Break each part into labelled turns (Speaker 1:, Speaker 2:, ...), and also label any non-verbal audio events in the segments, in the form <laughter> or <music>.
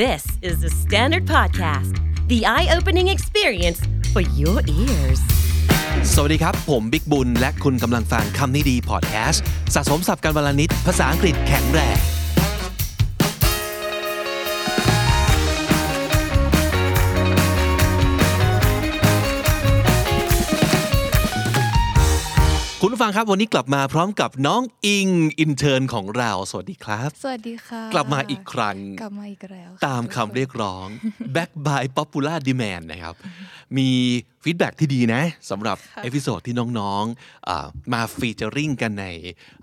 Speaker 1: This is the Standard Podcast, the eye opening experience for your ears.
Speaker 2: สวัสดีครับ ผมบิ๊กบุญ และคุณกำลังฟังคำนี้ดีพอดแคสต์สะสมสับการวลนิดภาษาอังกฤษแข็งแรง คุณผู้ฟังครับวันนี้กลับมาพร้อมกับน้องอิงอินเทอร์นของเรา สวัสดีครับ
Speaker 3: สวัสดีค่ะ
Speaker 2: กลับมาอีกครั้ง
Speaker 3: กลับมาอีกแล้วะ
Speaker 2: ตามคำเรียกร้อง back by popular demand นะครับ มีฟีดแบ็ที่ดีนะสำหรับเอพิโซดที่น้องๆอ่ามาฟีเจอริงกันใน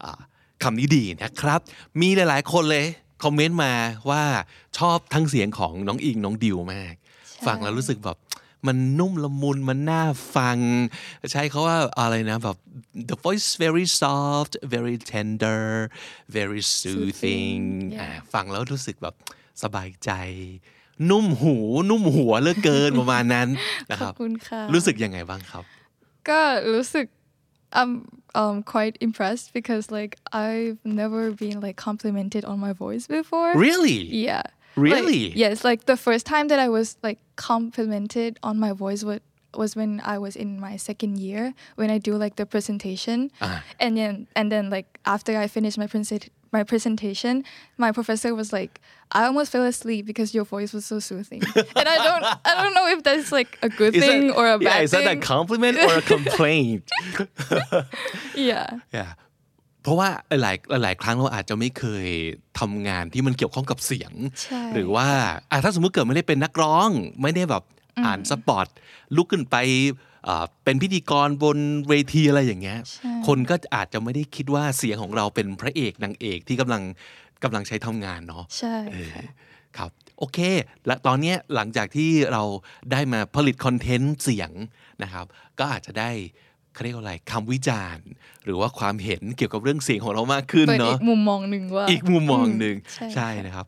Speaker 2: อ่าคำนี้ดีนะครับ มีหลายๆคนเลย คอมเมนต์มาว่าชอบทั้งเสียงของน้องอิงน้องดิวมาก ฟังแล้วรู้สึกแบบ มันนุ่มละมุนมันน่าฟัง ใช้เขาว่าอะไรนะแบบ the voice very soft very tender very soothing อ่าฟังแล้วรู้สึกแบบสบายใจ นุ่มหู นุ่มหัวเหลือเกิน ประมาณ
Speaker 3: <laughs>
Speaker 2: นั้นนะ
Speaker 3: ข
Speaker 2: ค
Speaker 3: อบ
Speaker 2: รับ
Speaker 3: คุณค่ะ
Speaker 2: รู้สึกยังไงบ้างครับ
Speaker 3: ก็รู้สึก I'm um quite impressed because like I've never been like complimented on my voice before
Speaker 2: really
Speaker 3: yeah
Speaker 2: Really?
Speaker 3: Like, yes like the first time that I was like complimented on my voice was was when I was in my second year when I do like the presentation
Speaker 2: Uh-huh.
Speaker 3: and then and then like after I finished my present my presentation my professor was like I almost fell asleep because your voice was so soothing
Speaker 2: <laughs>
Speaker 3: and I don't I don't know if that's like a good
Speaker 2: Is
Speaker 3: thing
Speaker 2: that-
Speaker 3: or a bad
Speaker 2: yeah, is that a
Speaker 3: thing
Speaker 2: compliment or a complaint
Speaker 3: yeah
Speaker 2: <laughs> Yeah. เพราะว่าหลายหลายครั้งเราอาจจะไม่เคยทำงานที่มันเกี่ยวข้องกับเสียง
Speaker 3: ใช่
Speaker 2: หรือว่าอ่ะถ้าสมมุติเกิดไม่ได้เป็นนักร้อง ไม่ได้แบบอ่านสปอตลุกขึ้นไปเอ่อเป็นพิธีกรบนเวทีอะไรอย่างเงี้ย
Speaker 3: ใช่
Speaker 2: คนก็อาจจะไม่ได้คิดว่าเสียงของเราเป็นพระเอกนางเอกที่กำลังกำลังใช้ทำงานเนาะ
Speaker 3: ใช่ค่ะ
Speaker 2: ครับ โอเค และตอนเนี้ยหลังจากที่เราได้มาผลิตคอนเทนต์เสียงนะครับ ก็อาจจะได้เขาเรียกว่าอะไรคำวิจารณ์ หรือว่าความเห็นเกี่ยวกับเรื่องเสียงของเรามากขึ้น
Speaker 3: เปิด
Speaker 2: เนาะ
Speaker 3: อีกมุมมองหนึ่งว่า
Speaker 2: อีกมุมมองหนึ่ง
Speaker 3: ใช่
Speaker 2: นะครับ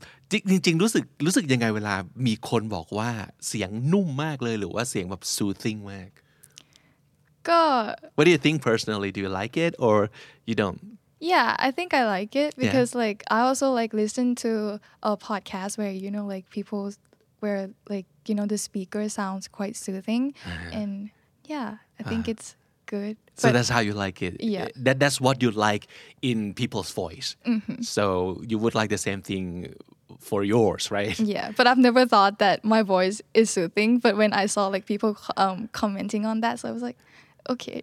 Speaker 2: จริงจริง ๆ รู้สึกรู้สึกยังไงเวลามีคนบอกว่าเสียงนุ่มมากเลยหรือว่าเสียงแบบ soothing มาก
Speaker 3: ก็
Speaker 2: What do you think personally do you like it or you don't
Speaker 3: Yeah, I think I like it because like I also like listen to a podcast where you know like people where like you know the speaker sounds quite soothing and yeah, I think it's good.
Speaker 2: So
Speaker 3: But
Speaker 2: that's how you like it. Eh,
Speaker 3: Yeah.
Speaker 2: That that's what you like in people's voice.
Speaker 3: Mm-hmm.
Speaker 2: So you would like the same thing for yours, right?
Speaker 3: yeah, but I've never thought that my voice is soothing, but when I saw like people co- um commenting on that, so I was like, okay.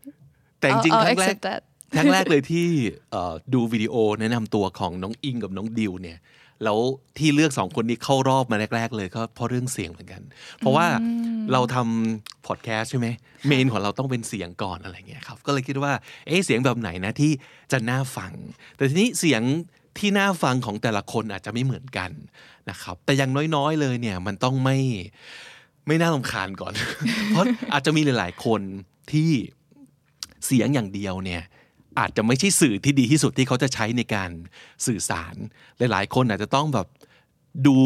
Speaker 2: แต่จ
Speaker 3: I'll,
Speaker 2: ริง
Speaker 3: I'll
Speaker 2: ๆครั้งแรก
Speaker 3: accept that.
Speaker 2: ครั้งแรกเลยที่เอ่อดูวิดีโอแนะนำตัวของน้องอิงกับน้องดิวเนี่ย แล้วที่เลือกสองคนนี้เข้ารอบมาแรก ๆ เลยก็เพราะเรื่องเสียงเหมือนกัน เพราะว่าเราทำพอดแคสต์ใช่ไหมเมนของเราต้องเป็นเสียงก่อนอะไรเงี้ยครับ ก็เลยคิดว่าเอ๊ะเสียงแบบไหนนะที่จะน่าฟัง แต่ทีนี้เสียงที่น่าฟังของแต่ละคนอาจจะไม่เหมือนกันนะครับแต่อย่างน้อยๆเลยเนี่ยมันต้องไม่ ไม่น่าลำคาญก่อน <laughs> เพราะอาจจะมีหลาย ๆ คนที่เสียงอย่างเดียวเนี่ย อาจจะไม่ใช่สื่อที่ดีที่สุดที่เขาจะใช้ในการสื่อสาร หลาย ๆ คนอาจจะต้องแบบดู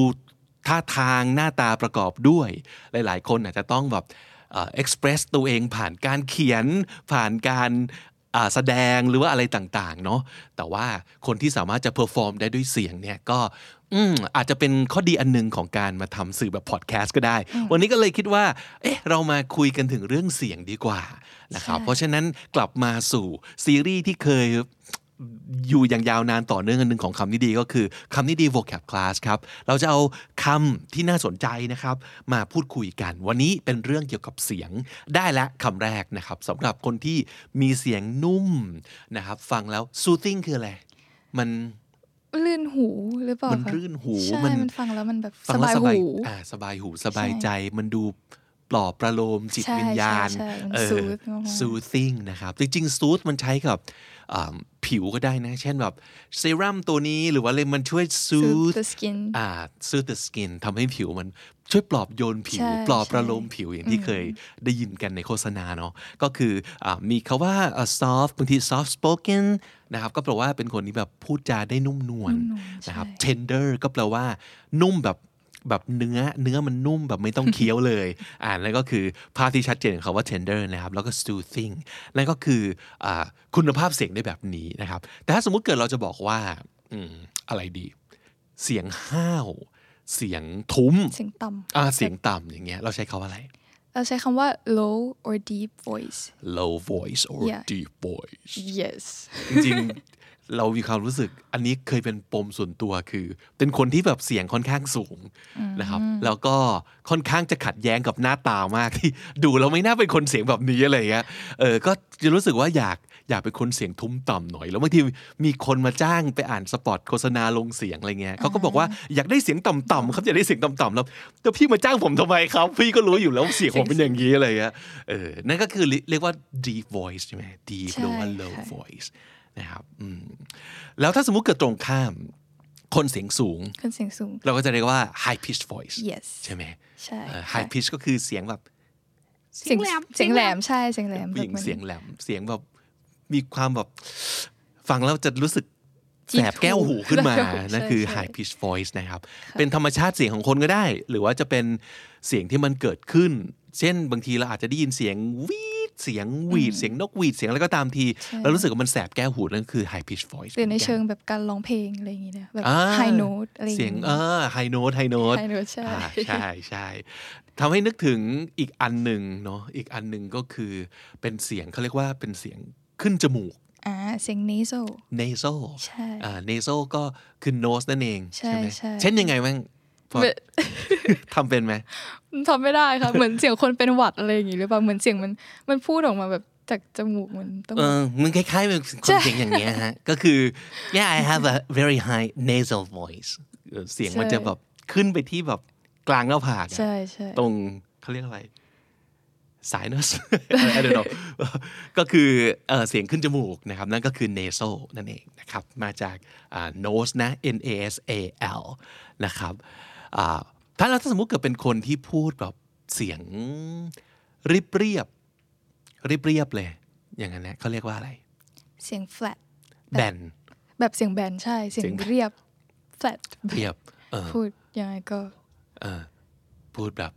Speaker 2: ท่าทางหน้าตาประกอบด้วย หลาย ๆ คนอาจจะต้องแบบเอ่อ express ตัวเองผ่านการเขียน ผ่านการอ่าแสดงหรือว่าอะไรต่าง ๆ เนาะแต่ว่าคนที่สามารถจะเพอร์ฟอร์มได้ด้วยเสียงเนี่ยก็ อืมอาจจะเป็นข้อดีอันหนึ่งของการมาทำสื่อแบบพอดแคสต์ก็ได้ วันนี้ก็เลยคิดว่า เอ๊ะ เรามาคุยกันถึงเรื่องเสียงดีกว่านะครับ เพราะฉะนั้นกลับมาสู่ซีรีส์ที่เคยอยู่อย่างยาวนานต่อเนื่องอันหนึ่งของคำนี้ดีก็คือคำนี้ดี vocab class ครับ เราจะเอาคำที่น่าสนใจนะครับ มาพูดคุยกัน วันนี้เป็นเรื่องเกี่ยวกับเสียงได้และคำแรกนะครับสำหรับคนที่มีเสียงนุ่มนะครับ ฟังแล้ว soothing คืออะไร มัน
Speaker 3: ลื่นหูหรือเปล่า
Speaker 2: มัน
Speaker 3: คะ
Speaker 2: ลื่นหู
Speaker 3: ใช่
Speaker 2: มัน
Speaker 3: มันฟังแล้วมันแบบ
Speaker 2: ฟั
Speaker 3: ส
Speaker 2: งแล้
Speaker 3: บา
Speaker 2: ส
Speaker 3: ยว
Speaker 2: บาย
Speaker 3: หู
Speaker 2: อ่าสบายหูสบายใจมันดูปลอบประโลมจิต
Speaker 3: ใช่
Speaker 2: วิญญาณ
Speaker 3: ใช่ใช่มัน
Speaker 2: เออ
Speaker 3: sooth มากๆ
Speaker 2: soothing นะครับ จริงๆ sooth มันใช้กับอ่าผิวก็ได้นะ เช่นแบบเซรั่มตัวนี้หรือว่าอะไรมันช่วย
Speaker 3: Soothe
Speaker 2: sooth
Speaker 3: the skin
Speaker 2: อ่า sooth the skin ทำให้ผิวมันช่วยปลอบโยนผิว
Speaker 3: ใช่
Speaker 2: ปลอบ
Speaker 3: ใช่
Speaker 2: ประโลมผิวอย่างที่เคยได้ยินกันในโฆษณาเนาะก็คืออามีคาว่าอ่า soft บางที soft spoken นะครับก็แปลว่าเป็นคนที่แบบพูดจาได้นุ่มนวลนะครับ tender ก็แปลว่า นุ่มแบบแบบเนื้อเนื้อมันนุ่มแบบไม่ <laughs> ต้องเคี้ยวเลย อ่านแล้วก็คือภาพที่ชัดเจนของคำว่า tender นะครับ แล้วก็ soothing นั่นก็คืออาคุณภาพเสียงได้แบบนี้นะครับ แต่ถ้าสมมุติเกิดเราจะบอกว่าอืมอะไรดี เสียงห้าว เสียงทุ้ม
Speaker 3: เสียงต่ำ
Speaker 2: อ่าเสียงต่ำอย่างเงี้ยเราใช้คาว่าอะไร
Speaker 3: เราใช้คำว่า low or deep voice
Speaker 2: low voice or
Speaker 3: Yeah.
Speaker 2: deep voice
Speaker 3: yes
Speaker 2: จริงๆ เรามีความรู้สึกอันนี้เคยเป็นปมส่วนตัวคือ เป็นคนที่แบบเสียงค่อนข้างสูงนะครับ แล้วก็ค่อนข้างจะขัดแย้งกับหน้าตามากที่ ดูแล้วไม่น่าเป็นคนเสียงแบบนี้อะไรอย่างเงี้ยเออก็จะรู้สึกว่าอยากอยากเป็นคนเสียงทุ้มต่ำหน่อย แล้วบางทีมีคนมาจ้างไปอ่านสปอตโฆษณาลงเสียงอะไรเงี้ยเขาก็บอกว่าอยากได้เสียงต่ำๆครับอยากได้เสียงต่ำๆแล้วแต่พี่มาจ้างผมทำไมครับ พี่ก็รู้อยู่แล้วเสียงผมเป็นอย่างนี้อะไรเงี้ยเออนั่นก็คือเรียกว่า deep voice ใช่ไหม deep หรือว่า
Speaker 3: ใช่
Speaker 2: low
Speaker 3: ค่ะ
Speaker 2: voice นะครับอืมแล้วถ้าสมมุติเกิดตรงข้าม คนเสียงสูง
Speaker 3: คนเสียงสูง
Speaker 2: เราก็จะเรียกว่า high pitch voice
Speaker 3: yes
Speaker 2: ใช่ไหม
Speaker 3: ใช่
Speaker 2: เอ่อ
Speaker 3: ค่ะ
Speaker 2: high pitch ก็คือเสียงแบบ
Speaker 3: เสียงแหลมเสียงแหลมใช่เสียงแหลม
Speaker 2: ผู้หญิง
Speaker 3: แบบมัน
Speaker 2: เสียงแหลม เสียงแบบมีความแบบ ฟังแล้วจะรู้สึก
Speaker 3: จี๊ด
Speaker 2: แสบแก้วหูขึ้นมา
Speaker 3: แสบแก้วหู
Speaker 2: นั่นคือ
Speaker 3: ใช่ใช่
Speaker 2: high pitch voice นะครับ เป็นธรรมชาติเสียงของคนก็ได้ หรือว่าจะเป็นเสียงที่มันเกิดขึ้น เช่นบางทีเราอาจจะได้ยินเสียงวีดเสียงหวีดเสียงนกหวีดเสียงอะไรก็ตามที เรารู้สึกว่ามันแสบแก้วหูนั่นคือ high pitch voice
Speaker 3: หรือใน
Speaker 2: หมืกั
Speaker 3: เชิงแบบการร้องเพลงอะไรอย่างงี้นะแบบ
Speaker 2: อ่า
Speaker 3: high note อะไรอย่าง
Speaker 2: เสียง
Speaker 3: งี้
Speaker 2: เออไฮโน้ตไฮโน้ต
Speaker 3: high note ใช่
Speaker 2: ใช่ใช่ทำให้นึกถึงอีกอันหนึ่งเนาะอีกอันหนึ่งก็คือเป็นเสียงเขาเรียกว่าเป็นเสียงขึ้นจมูก
Speaker 3: อ่าเสียง nasal
Speaker 2: nasal
Speaker 3: ใช่
Speaker 2: อ่า nasal ก็คือ nose นั่นเอง
Speaker 3: ใช่
Speaker 2: ไหม
Speaker 3: ใช่
Speaker 2: เช่นยังไงบ้างพอ
Speaker 3: แบบ
Speaker 2: <laughs> ทำเป็นไหม
Speaker 3: ทำไม่ได้
Speaker 2: <laughs>
Speaker 3: ค่ะ เหมือนเสียงคนเป็นหวัดอะไรอย่างงี้หรือเปล่าเหมือนเสียงมันมันพูดออกมาแบบจากจมูกเหมือนต้อง
Speaker 2: เออมึงคล้ายๆเป็นคนเสียงอย่างเงี้ยฮะ ก็คือ yeah I have a very high nasal voice เออเสียงมัน
Speaker 3: ใช่
Speaker 2: จะแบบขึ้นไปที่แบบกลางหน้าผากอะ
Speaker 3: ใช่ใช่
Speaker 2: ตรงเขาเรียกอะไร สายเน
Speaker 3: <laughs>
Speaker 2: ส I don't know ก็คือเอ่อเสียงขึ้นจมูกนะครับ นั่นก็คือ nasal นั่นเองนะครับ มาจากอ่า nose นะ n a s a l นะครับอ่าถ้าเราถ้าสมมุติเกิดเป็นคนที่พูดแบบเสียงเรียบเรียบเรียบเรียบเลย อย่างนั้นนะเขาเรียกว่าอะไร
Speaker 3: เสียง flat
Speaker 2: แบน
Speaker 3: แบบเสียงแบนใช่เสีย
Speaker 2: เสีย
Speaker 3: ง
Speaker 2: ง
Speaker 3: เรียบ flat
Speaker 2: เรียบเออ
Speaker 3: พูดยังไงก็
Speaker 2: เออพูดแบบ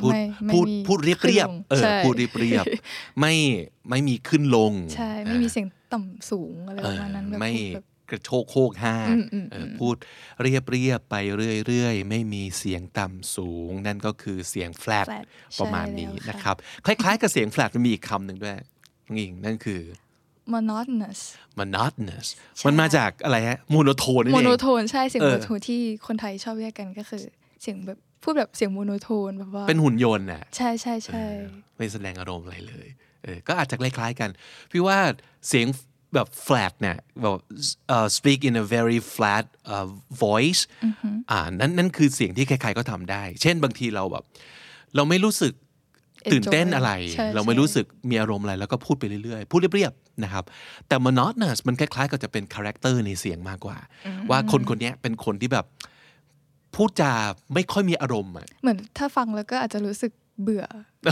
Speaker 2: พูด
Speaker 3: ไม่ไม่
Speaker 2: พูด
Speaker 3: มี
Speaker 2: พูดเรียบเรียบ
Speaker 3: ขึ้นลง
Speaker 2: เออ
Speaker 3: ใช่
Speaker 2: พูดเรียบเรียบไม่ไม่มีขึ้นลง
Speaker 3: ใช่ไม่มีเสียงต่ำสูงอะไรประมาณนั้น
Speaker 2: เอ
Speaker 3: แบ
Speaker 2: อบ ไม่
Speaker 3: พูดแบบ
Speaker 2: กระโชกโคกห้ากเออพูดเรียบเรียบไปเรื่อยๆ ไม่มีเสียงต่ำสูง นั่นก็คือเสียงแฟลต
Speaker 3: flat
Speaker 2: ประมาณนี้
Speaker 3: ใช่แล้ว
Speaker 2: นะ
Speaker 3: ค่ะ
Speaker 2: ครับ คล้ายๆกับเสียงแฟลตมันมีอีกคำหนึ่งด้วยนี่นั่นคือ
Speaker 3: monotonous
Speaker 2: monotonous มันมาจากอะไรฮะโมโนโทนนั่น
Speaker 3: โม
Speaker 2: เอ
Speaker 3: โน
Speaker 2: ง
Speaker 3: โทนใช่เสียง
Speaker 2: เออ
Speaker 3: โมโนโทนที่คนไทยชอบเรียกกันก็คือ เสียงแบบพูดแบบเสียงโมโนโทนแบบว่า
Speaker 2: เป็นหุ่นยนต์น่ะ
Speaker 3: ใช่ใช่ใช่
Speaker 2: ไม่แสดงอารมณ์อะไรเลยเออก็อาจจะคล้ายๆกัน พี่ว่าเสียงแบบ flat เนี่ยแบบ uh, speak in a very flat uh, voice อ่านั่นนั่นคือเสียงที่ใครๆก็ทำได้ เช่นบางทีเราแบบ เราไม่รู้สึกตื่นเต้นอะไร
Speaker 3: ใช่
Speaker 2: เราไม่
Speaker 3: ใช่
Speaker 2: รู้สึกมีอารมณ์อะไร แล้วก็พูดไปเรื่อยๆ พูดเรียบๆนะครับ แต่ monotonous มันคล้ายๆ ก็จะเป็นคาแรคเตอร์ในเสียงมากกว่า ว่าคนคนเนี้ยเป็นคนที่แบบพูดจาไม่ค่อยมีอารมณ์อะ
Speaker 3: เหมือนถ้าฟังแล้วก็อาจจะรู้สึกเบื่อ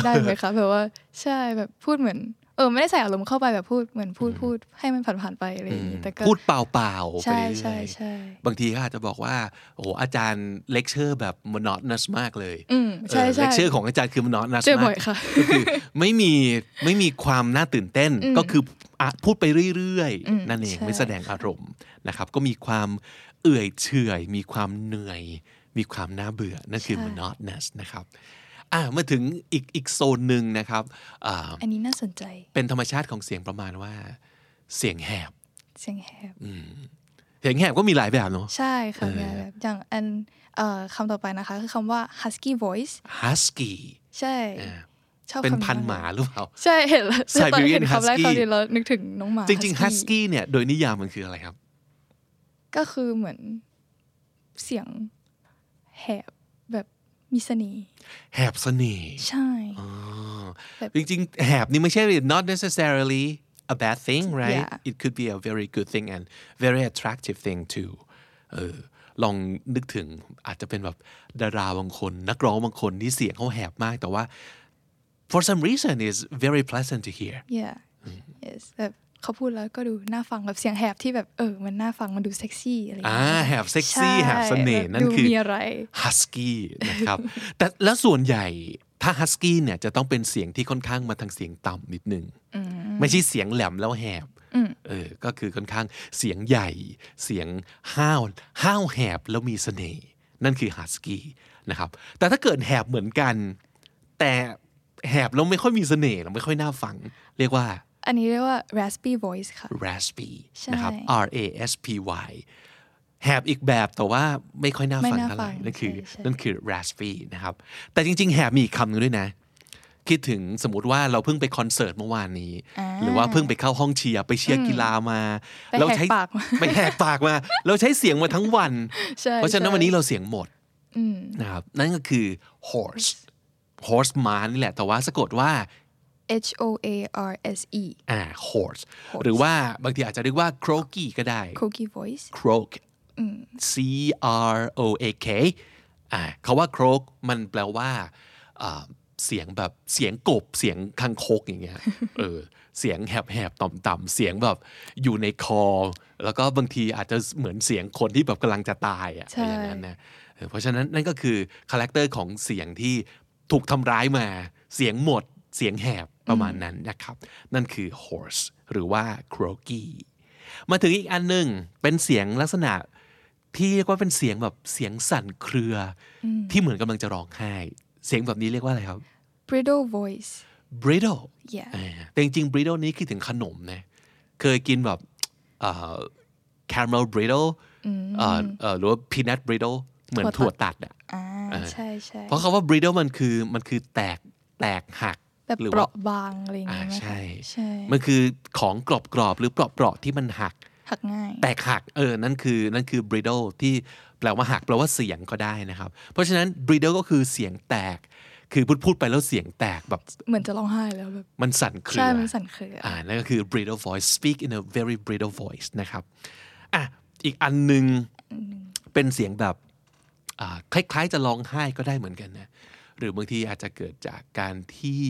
Speaker 3: ได้ไหม
Speaker 2: <laughs>
Speaker 3: คะแบบว่าใช่แบบพูดเหมือน เออไม่ได้ใส่อารมณ์เข้าไปแบบพูดเหมือนพูดพูดให้มันผ่านๆไปอะไรอย่างงี้แต่ก็
Speaker 2: พูดเปล่าๆไป
Speaker 3: ใช่
Speaker 2: เรื่
Speaker 3: ใช่
Speaker 2: อย
Speaker 3: ใช่
Speaker 2: ๆบางทีก็อาจจะบอกว่า โอ้โหอาจารย์เลคเชอร์แบบ monotonous มากเลย
Speaker 3: อืมใช่
Speaker 2: เออ
Speaker 3: ใช่
Speaker 2: เลคเชอร์ของอาจารย์คือ monotonous
Speaker 3: เจอบ่
Speaker 2: มา
Speaker 3: อก ยค่ะ
Speaker 2: ก็คือ <laughs> ไม่มีไม่มีความน่าตื่นเต้นก็คืออ่ะพูดไปเรื่อยๆ นั่นเอง
Speaker 3: ใช่
Speaker 2: ไม่แสดงอารมณ์นะครับ ก็มีความเอื่อยเฉอยมีความเหนื่อย มีความน่าเบื่อ นั่นคือ monotonous นะครับอ่ะมาถึงอีกอีกโซนหนึ่งนะครับอ่า
Speaker 3: อันนี้น่าสนใจ
Speaker 2: เป็นธรรมชาติของเสียงประมาณว่าเสียงแหบ
Speaker 3: เสียงแหบ
Speaker 2: เสียงแหบก็มีหลายแบบเนาะ
Speaker 3: ใช่ค่ะเนี่ยแบบอย่างอันเอ่อคำต่อไปนะคะ คือคำว่า husky voice
Speaker 2: husky
Speaker 3: ใช่
Speaker 2: อ่า
Speaker 3: ชอบ
Speaker 2: เป็น
Speaker 3: คำ
Speaker 2: พันธุ์หมาหรือเปล่า
Speaker 3: ใช่เห็นแล้วตอน
Speaker 2: Siberian
Speaker 3: เห็นคำแรก
Speaker 2: Husky
Speaker 3: คำนี้เรานึกถึงน้องหมา
Speaker 2: จริง ๆ husky เนี่ยโดยนิยามมันคืออะไรครับ
Speaker 3: ก็คือเหมือนเสียงแหบแบบมีเสน่ห์
Speaker 2: แหบเสน่ห์
Speaker 3: ใช่
Speaker 2: อ๋อ
Speaker 3: แบบ
Speaker 2: จริง ๆ แหบนี่ไม่ใช่ not necessarily a bad thing right
Speaker 3: Yeah.
Speaker 2: it could be a very good thing and very attractive thing too เออลองนึกถึงอาจจะเป็นแบบดาราบางคน นักร้องบางคนที่เสียงเขาแหบมากแต่ว่า for some reason is very pleasant to hear
Speaker 3: yeah yes แบบเขาพูดแล้วก็ดูน่าฟังแบบเสียงแหบที่แบบเออ มันน่าฟังมันดูเซ็กซี่อะไรอย่าง
Speaker 2: อ่า
Speaker 3: เงี้ย
Speaker 2: แหบเซ็กซี่แหบเสน่ห์
Speaker 3: ใช่
Speaker 2: นั่นคือ
Speaker 3: ดูมีอะไร
Speaker 2: ฮัสกี้นะครับ <laughs> แต่แล้วส่วนใหญ่ถ้าฮัสกี้เนี่ยจะต้องเป็นเสียงที่ค่อนข้างมาทางเสียงต่ำนิดนึง ไม่ใช่เสียงแหลมแล้วแหบเออก็คือค่อนข้างเสียงใหญ่ เสียงห้าวห้าวแหบแล้วมีเสน่ห์ นั่นคือ husky นะครับ แต่ถ้าเกิดแหบเหมือนกัน แต่แหบแล้วไม่ค่อยมีเสน่ห์แล้วไม่ค่อยน่าฟัง เรียกว่า
Speaker 3: อันนี้เรียกว่า raspy voice ค่ะ
Speaker 2: raspy
Speaker 3: ใช่
Speaker 2: นะครับ R A S P Y แหบอีกแบบแต่ว่าไม่ค่อยน่าฟัง
Speaker 3: ไม่น่า
Speaker 2: เท่าไหร่
Speaker 3: ฟัง
Speaker 2: นั่นคือ
Speaker 3: ใช่ใช่
Speaker 2: นั่นคือ raspy นะครับ แต่จริง ๆ แหบมีอีกคำหนึงด้วยนะ คิดถึงสมมติว่าเราเพิ่งไปคอนเสิร์ตเมื่อวานนี้ หรือว่าเพิ่งไปเข้าห้องเชียร์ไปเชียร์กีฬามา
Speaker 3: ไปแหก
Speaker 2: เราใช้
Speaker 3: ปากมา
Speaker 2: ไปแหกปากมาเราใช้เสียงมาทั้งวัน
Speaker 3: ใช่
Speaker 2: เพราะฉะนั้น
Speaker 3: ใช่
Speaker 2: วันนี้เราเสียงหมด
Speaker 3: อืม
Speaker 2: นะครับนั่นก็คือ horse horse ม้านี่แหละ แต่ว่าสะกดว่า
Speaker 3: H O A R S E
Speaker 2: อ่า horse หรือว่าบางทีอาจจะเรียกว่า croaky ก็ได้
Speaker 3: croaky voice
Speaker 2: croak c r o a k อ่าคาว่า croak มันแปลว่าอ่าเสียงแบบเสียงกบเสียงคังคกอย่างเงี้ย
Speaker 3: <laughs>
Speaker 2: เออเสียงแหบๆต่ำๆเสียงแบบอยู่ในคอ แล้วก็บางทีอาจจะเหมือนเสียงคนที่แบบกำลังจะตายอะ
Speaker 3: ใช่
Speaker 2: อะไรอย่างนั้นนะเออเพราะฉะนั้นนั่นก็คือคาแรคเตอร์ของเสียงที่ถูกทำร้ายมา เสียงหมด เสียงแหบประมาณนั้นนะครับ นั่นคือ horse หรือว่า croaky มาถึงอีกอันหนึ่งเป็นเสียงลักษณะที่เรียกว่าเป็นเสียงแบบเสียงสั่นเครืออที่เหมือนกำลังจะร้องไห้ เสียงแบบนี้เรียกว่าอะไรครับ
Speaker 3: brittle voice
Speaker 2: brittle
Speaker 3: Yeah
Speaker 2: อ่าแต่จริงๆ brittle นี้คิดถึงขนมนะเคยกินแบบเอ่อ caramel brittle เอ่อเอ่อหรือว่า peanut brittle เหมือน
Speaker 3: ถั่
Speaker 2: ถั่ว
Speaker 3: วตั
Speaker 2: ตัด
Speaker 3: ด
Speaker 2: อ่ะ
Speaker 3: อ่าใช่ใช่
Speaker 2: เพราะคาว่า brittle มันคือมันคือแตกแตกหัก
Speaker 3: แบบ
Speaker 2: หรือ
Speaker 3: เป
Speaker 2: ว่า
Speaker 3: ราะบางอะไรอย่าง
Speaker 2: อ่า
Speaker 3: เงี้ย
Speaker 2: ใช่
Speaker 3: ใช่
Speaker 2: มันคือของกรอบๆหรือเปราะๆที่มันหัก
Speaker 3: หักง่าย
Speaker 2: แตกหักเออนั่นคือนั่นคือ brittle ที่แปลว่าหักแปลว่าเสียงก็ได้นะครับ เพราะฉะนั้น brittle ก็คือเสียงแตก คือพูดพูดไปแล้วเสียงแตกแบบ
Speaker 3: เหมือนจะร้องไห้แล้วแบบ
Speaker 2: มันสั่นเครือ
Speaker 3: ใช่มันสั่นเครืออ
Speaker 2: อ่านั่นก็คือ brittle voice speak in a very brittle voice นะครับอ่ะอีกอันหนึ่งเป็นเสียงแบบอ่าคล้ายๆจะร้องไห้ก็ได้เหมือนกันนะ หรือบางทีอาจจะเกิดจากการที่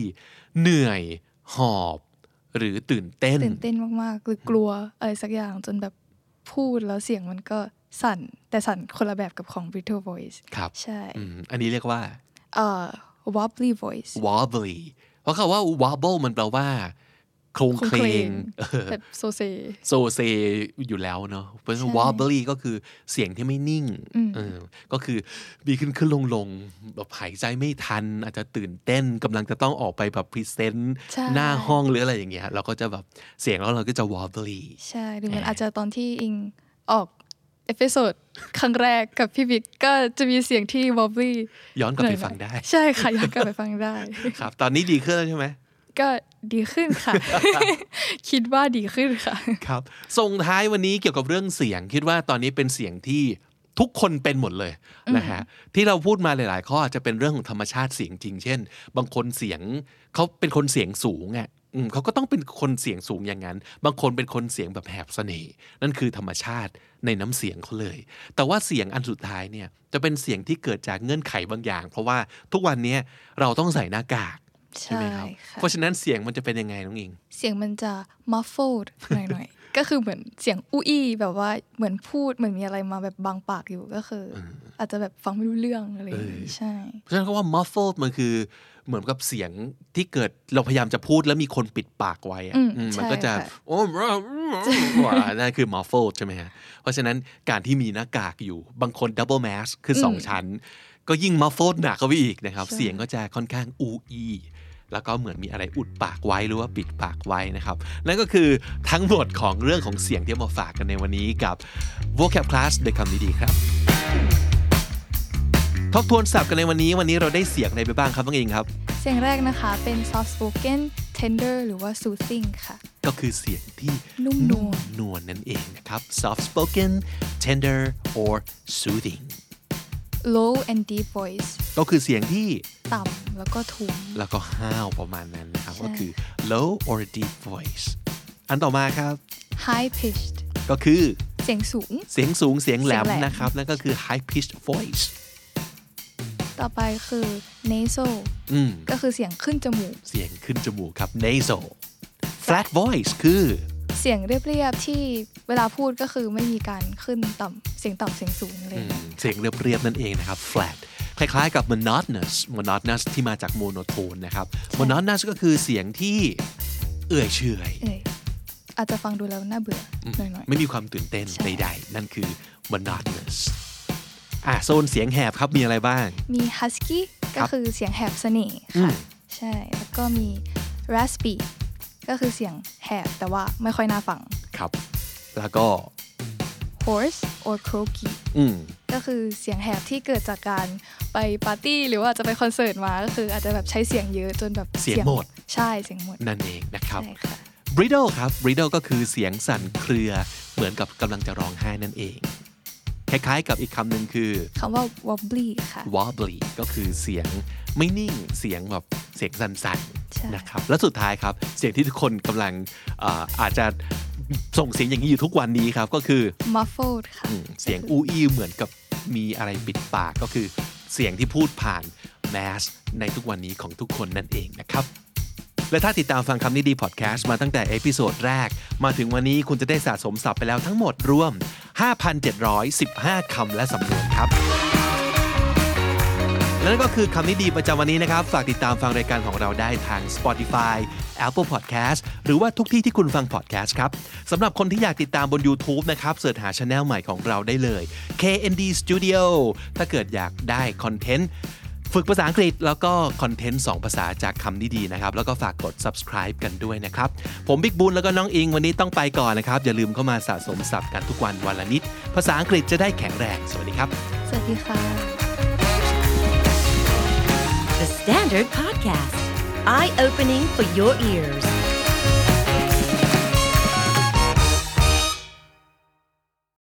Speaker 2: เหนื่อยหอบ หรือตื่นเต้น
Speaker 3: ตื่นเต้นมากๆ หรือกลัวอะไรสักอย่างจนแบบพูดแล้วเสียงมันก็สั่น แต่สั่นคนละแบบกับของ brittle voice
Speaker 2: ครับ
Speaker 3: ใช่
Speaker 2: อืมอันนี้เรียกว่า
Speaker 3: เอ่อ wobbly voice
Speaker 2: wobbly เพราะคำว่า wobble มันแปลว่าโครงเคลงเออ <laughs>
Speaker 3: แบบโซเซ
Speaker 2: โซเซอยู่แล้วเนาะเพราะฉะนั้น
Speaker 3: ใช่
Speaker 2: wobbly ก็คือเสียงที่ไม่นิ่งเออก็คือมีขึ้นขึ้นลงลงแบบหายใจไม่ทัน อาจจะตื่นเต้นกำลังจะต้องออกไปแบบพรีเซนต์
Speaker 3: ใช่
Speaker 2: หน้าห้องหรืออะไรอย่างเงี้ยเราก็จะแบบเสียงแล้วเราก็จะ wobbly
Speaker 3: ใช่หรือมันอาจจะตอนที่อิงออกเอพิโซดครั้งแรกกับพี่บิ๊กก็จะมีเสียงที่ wobbly
Speaker 2: ย้อนกลับไปฟังได้
Speaker 3: ใช่ค่ะอยากกลับไปฟัง
Speaker 2: <laughs>
Speaker 3: ได้
Speaker 2: ครับ ตอนนี้ดีขึ้นแล้วใช่ไหม <laughs>
Speaker 3: ก็ดีขึ้นค่ะ คิดว่าดีขึ้นค่ะ
Speaker 2: ครับส่งท้ายวันนี้เกี่ยวกับเรื่องเสียง คิดว่าตอนนี้เป็นเสียงที่ทุกคนเป็นหมดเลยนะฮะที่เราพูดมาหลาย ๆ ข้ออาจจะเป็นเรื่องของธรรมชาติเสียงจริง เช่น บางคนเสียงเขาเป็นคนเสียงสูงอ่ะอืมเขาก็ต้องเป็นคนเสียงสูงอย่างนั้น บางคนเป็นคนเสียงแบบแหบเสน่ห์นั่นคือธรรมชาติในน้ำเสียงเขาเลย แต่ว่าเสียงอันสุดท้ายเนี่ยจะเป็นเสียงที่เกิดจากเงื่อนไขบางอย่าง เพราะว่าทุกวันนี้เราต้องใส่หน้ากากใช่ไหมครับ
Speaker 3: ใช่ค่ะ
Speaker 2: เพราะฉะนั้นเสียงมันจะเป็นยังไงน้องอิง
Speaker 3: เสียงมันจะ muffled หน่อยๆ <laughs> ก็คือเหมือนเสียงอู้อี้แบบว่าเหมือนพูดเหมือนมีอะไรมาแบบบางปากอยู่ก็คือ อาจจะแบบฟังไม่รู้เรื่องอะไรอย่างงี้ใช่
Speaker 2: เพราะฉะนั้นคำว่า muffled มันคือเหมือนกับเสียงที่เกิดเราพยายามจะพูดแล้วมีคนปิดปากไว้อะ
Speaker 3: อืม
Speaker 2: อืม
Speaker 3: ใช่
Speaker 2: มันก็จะ
Speaker 3: ค่ะ
Speaker 2: โอ้มร้าวอื้ม <laughs> ร้าวนั่นคือ muffled ใช่ไหมฮะ เพราะฉะนั้นการที่มีหน้ากากอยู่บางคน double mask คือ 2 ชั้น ก็ยิ่ง muffled หนักเข้าไปอีกนะครับ เสียงก็จะค่อนข้างอูอี แล้วก็เหมือนมีอะไรอุดปากไว้หรือว่าปิดปากไว้นะครับ นั่นก็คือทั้งหมดของเรื่องของเสียงที่เอามาฝากกันในวันนี้กับ vocab class โดยคำนี้ดีครับ ทบทวนศัพท์กันในวันนี้ วันนี้เราได้เสียงอะไรไปบ้างครับน้องอิงครับ
Speaker 3: เสียงแรกนะคะเป็น soft spoken tender หรือว่า soothing ค่ะ
Speaker 2: ก็คือเสียงที่
Speaker 3: นุ่มนวล
Speaker 2: นวลนั่นเองนะครับ soft spoken tender or soothing
Speaker 3: low and deep voice
Speaker 2: ก็คือเสียงที่
Speaker 3: ต่ำแล้วก็ทุ้ม
Speaker 2: แล้วก็ห้าวประมาณนั้นนะครับ
Speaker 3: ใช่
Speaker 2: ก็คือ low or deep voice อันต่อมาครับ
Speaker 3: high pitched
Speaker 2: ก็คือ
Speaker 3: เสียงสูง
Speaker 2: เสียงสูงเสียงแหลม
Speaker 3: เสียงแหลม
Speaker 2: นะครับ นั่นก็คือ high pitched voice
Speaker 3: ต่อไปคือ nasal
Speaker 2: อืม
Speaker 3: ก็คือเสียงขึ้นจมูก
Speaker 2: เสียงขึ้นจมูกครับ nasal flat voice คือ
Speaker 3: เสียงเรียบๆที่เวลาพูดก็คือไม่มีการขึ้นต่ำเสียงต่ำเสียงสูงอะไรอย่างเลย
Speaker 2: เสียงเรียบๆนั่นเองนะครับ flat คล้ายๆกับ monotonous monotonous ที่มาจาก monotone นะครับ monotonous ก็คือเสียงที่เอื่อยเฉอย
Speaker 3: เอ่ยอาจจะฟังดูแล้วน่าเบื่อหน่อยๆ
Speaker 2: ไม่มีความตื่นเต้น
Speaker 3: ใช่
Speaker 2: ใดๆ นั่นคือ monotonous อ่ะโซนเสียงแหบครับมีอะไรบ้าง
Speaker 3: มี husky
Speaker 2: ครับ
Speaker 3: ก็คือเสียงแหบเสน่ห์
Speaker 2: อื
Speaker 3: ค่ะ
Speaker 2: ม
Speaker 3: ใช่ แล้วก็มี raspy ก็คือเสียงแหบแต่ว่าไม่ค่อยน่าฟัง
Speaker 2: ครับ แล้วก็
Speaker 3: hoarse or croaky
Speaker 2: อืม
Speaker 3: ก็คือเสียงแหบที่เกิดจากการไปปาร์ตี้ หรือว่าจะไปคอนเสิร์ตมา ก็คืออาจจะแบบใช้เสียงเยอะจนแบบ
Speaker 2: เสียงหมด
Speaker 3: ใช่เสียงหมด
Speaker 2: นั่นเองนะครับ
Speaker 3: ใช่ค่ะ
Speaker 2: bridle ครับ bridle ก็คือเสียงสั่นเครือ เหมือนกับกำลังจะร้องไห้นั่นเอง คล้ายๆกับอีกคำหนึ่งคือ
Speaker 3: คำว่า wobbly ค่ะ
Speaker 2: wobbly ก็คือเสียงไม่นิ่งเสียงแบบเสียงสั่น
Speaker 3: ใช่
Speaker 2: ๆนะครับและสุดท้ายครับ เสียงที่ทุกคนกำลังเอ่ออาจจะส่งเสียงอย่างนี้อยู่ทุกวันนี้ครับ ก็คือ
Speaker 3: muffled ค่ะ
Speaker 2: อืมเสียงอูอีเหมือนกับมีอะไรปิดปากก็คือเสียงที่พูดผ่านแมสในทุกวันนี้ของทุกคนนั่นเองนะครับ และถ้าติดตามฟังคำนี้ดีพอดแคสต์มาตั้งแต่เอพิโซดแรก มาถึงวันนี้คุณจะได้สะสมศัพท์ไปแล้วทั้งหมดรวม 5,715 คำและสำนวนครับ และนั่นก็คือคำนิดีประจำวันนี้นะครับ ฝากติดตามฟังรายการของเราได้ทาง Spotify Apple Podcast หรือว่าทุกที่ที่คุณฟัง podcast ครับสำหรับคนที่อยากติดตามบน YouTube นะครับเสิร์ชหาช anel ใหม่ของเราได้เลย KND Studio ถ้าเกิดอยากได้คอนเทนต์ ฝึกภาษาอังกฤษแล้วก็คอนเทนต์ 2 ภาษาจากคำนี้ดีนะครับ แล้วก็ฝากกด subscribe กันด้วยนะครับ ผมบิ๊กบุญแล้วก็น้องอิงวันนี้ต้องไปก่อนนะครับ อย่าลืมเข้ามาสะสมศัพท์กันทุกวันวันละนิด ภาษาอังกฤษจะได้แข็งแรงสวัสดีครับ
Speaker 3: สวัสดีค่ะ
Speaker 1: The Standard Podcast, eye opening for your ears.